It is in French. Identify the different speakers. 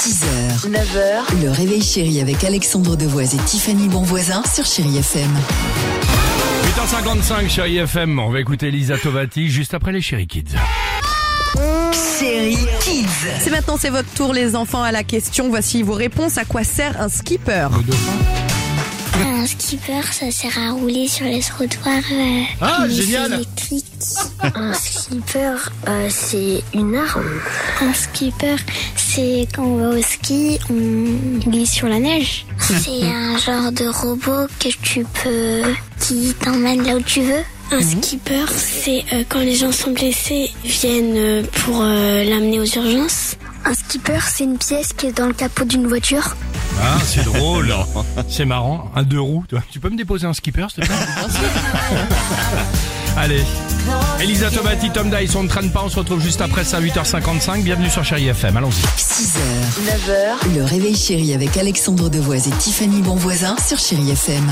Speaker 1: 6h, 9h, le réveil chéri avec Alexandre Devoise et Tiffany Bonvoisin sur Chéri FM.
Speaker 2: 8h55 chérie FM, on va écouter Lisa Tovati juste après les chéri kids.
Speaker 1: Chéri Kids.
Speaker 3: C'est maintenant, c'est votre tour, les enfants, à la question. Voici vos réponses. À quoi sert un skipper
Speaker 4: Un skipper, ça sert à rouler sur les trottoirs. euh,
Speaker 2: Ah,
Speaker 4: mais
Speaker 2: génial.
Speaker 4: c'est électrique.
Speaker 5: Un skipper, euh, c'est une arme.
Speaker 4: Un skipper, c'est quand on va au ski, on glisse sur la neige. C'est un genre de robot que tu peux. qui t'emmène là où tu veux.
Speaker 5: Un
Speaker 2: Mhm.
Speaker 5: skipper, c'est euh, quand les gens sont blessés, ils viennent euh, pour euh, l'amener aux urgences.
Speaker 4: Un skipper, c'est une pièce qui est dans le capot d'une voiture.
Speaker 2: Ah, c'est drôle, c'est marrant, un deux roues. toi. Tu peux me déposer un skipper, s'il te plaît Allez, Elisa Tovati, Tom Dice, on ne traîne pas, on se retrouve juste après ça, 8h55. Bienvenue sur chérie FM, allons-y.
Speaker 1: 6h, 9h, le réveil chéri avec Alexandre Devoise et Tiffany Bonvoisin sur Chéri FM.